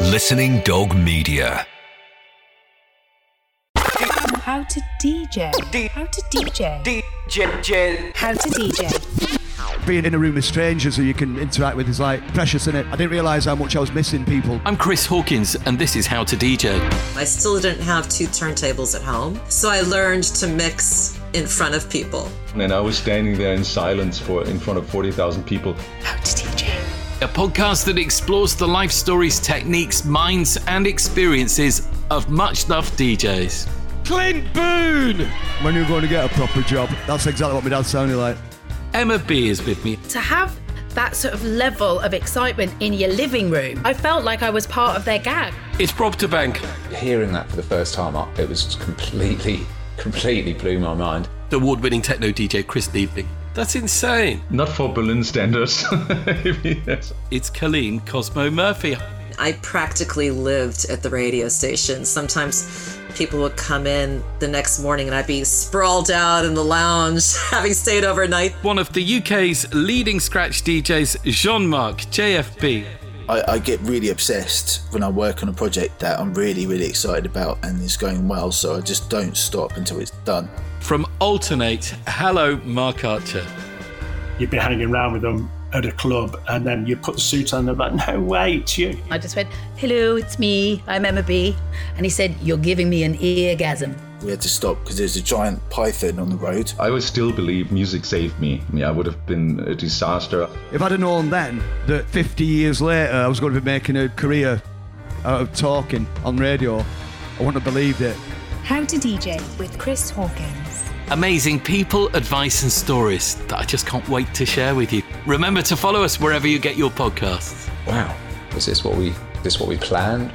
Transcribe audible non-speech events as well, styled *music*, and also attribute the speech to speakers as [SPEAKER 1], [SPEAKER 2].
[SPEAKER 1] Listening Dog Media.
[SPEAKER 2] How to DJ. How to DJ.
[SPEAKER 3] DJ Jill.
[SPEAKER 2] How to DJ.
[SPEAKER 4] being in a room with strangers who you can interact with is like precious in it. I didn't realise how much I was missing people.
[SPEAKER 5] I'm Chris Hawkins, and this is How to DJ.
[SPEAKER 6] I still didn't have two turntables at home, so I learned to mix in front of people.
[SPEAKER 7] and I was standing there in silence for in front of 40,000 people.
[SPEAKER 2] How to DJ.
[SPEAKER 5] A podcast that explores the life stories, techniques, minds, and experiences of much loved DJs.
[SPEAKER 8] Clint Boone!
[SPEAKER 4] When you're going to get a proper job, that's exactly what my dad sounded like.
[SPEAKER 5] Emma B is with me.
[SPEAKER 9] to have that sort of level of excitement in your living room, I felt like I was part of their gang.
[SPEAKER 8] It's Rob Bank.
[SPEAKER 10] hearing that for the first time, I- it was completely, completely blew my mind.
[SPEAKER 8] The award winning techno DJ Chris Leaving. That's insane.
[SPEAKER 7] Not for Berlin standards. *laughs* Yes.
[SPEAKER 5] It's Colleen Cosmo Murphy.
[SPEAKER 6] I practically lived at the radio station. Sometimes people would come in the next morning and I'd be sprawled out in the lounge, *laughs* having stayed overnight.
[SPEAKER 5] One of the UK's leading scratch DJs, Jean Marc JFB.
[SPEAKER 11] I, I get really obsessed when I work on a project that I'm really, really excited about and it's going well, so I just don't stop until it's done.
[SPEAKER 5] From Alternate, hello, Mark Archer.
[SPEAKER 8] You'd be hanging around with them at a club, and then you put the suit on, and they're like, no way, it's you.
[SPEAKER 9] I just went, hello, it's me, I'm Emma B. And he said, you're giving me an eargasm.
[SPEAKER 11] We had to stop because there's a giant python on the road.
[SPEAKER 7] I would still believe music saved me. Yeah, I would have been a disaster.
[SPEAKER 4] If I'd have known then that 50 years later I was going to be making a career out of talking on radio, I wouldn't have believed it.
[SPEAKER 2] How to DJ with Chris Hawkins.
[SPEAKER 5] Amazing people, advice, and stories that I just can't wait to share with you. Remember to follow us wherever you get your podcasts.
[SPEAKER 10] Wow, is this what we, is this what we planned?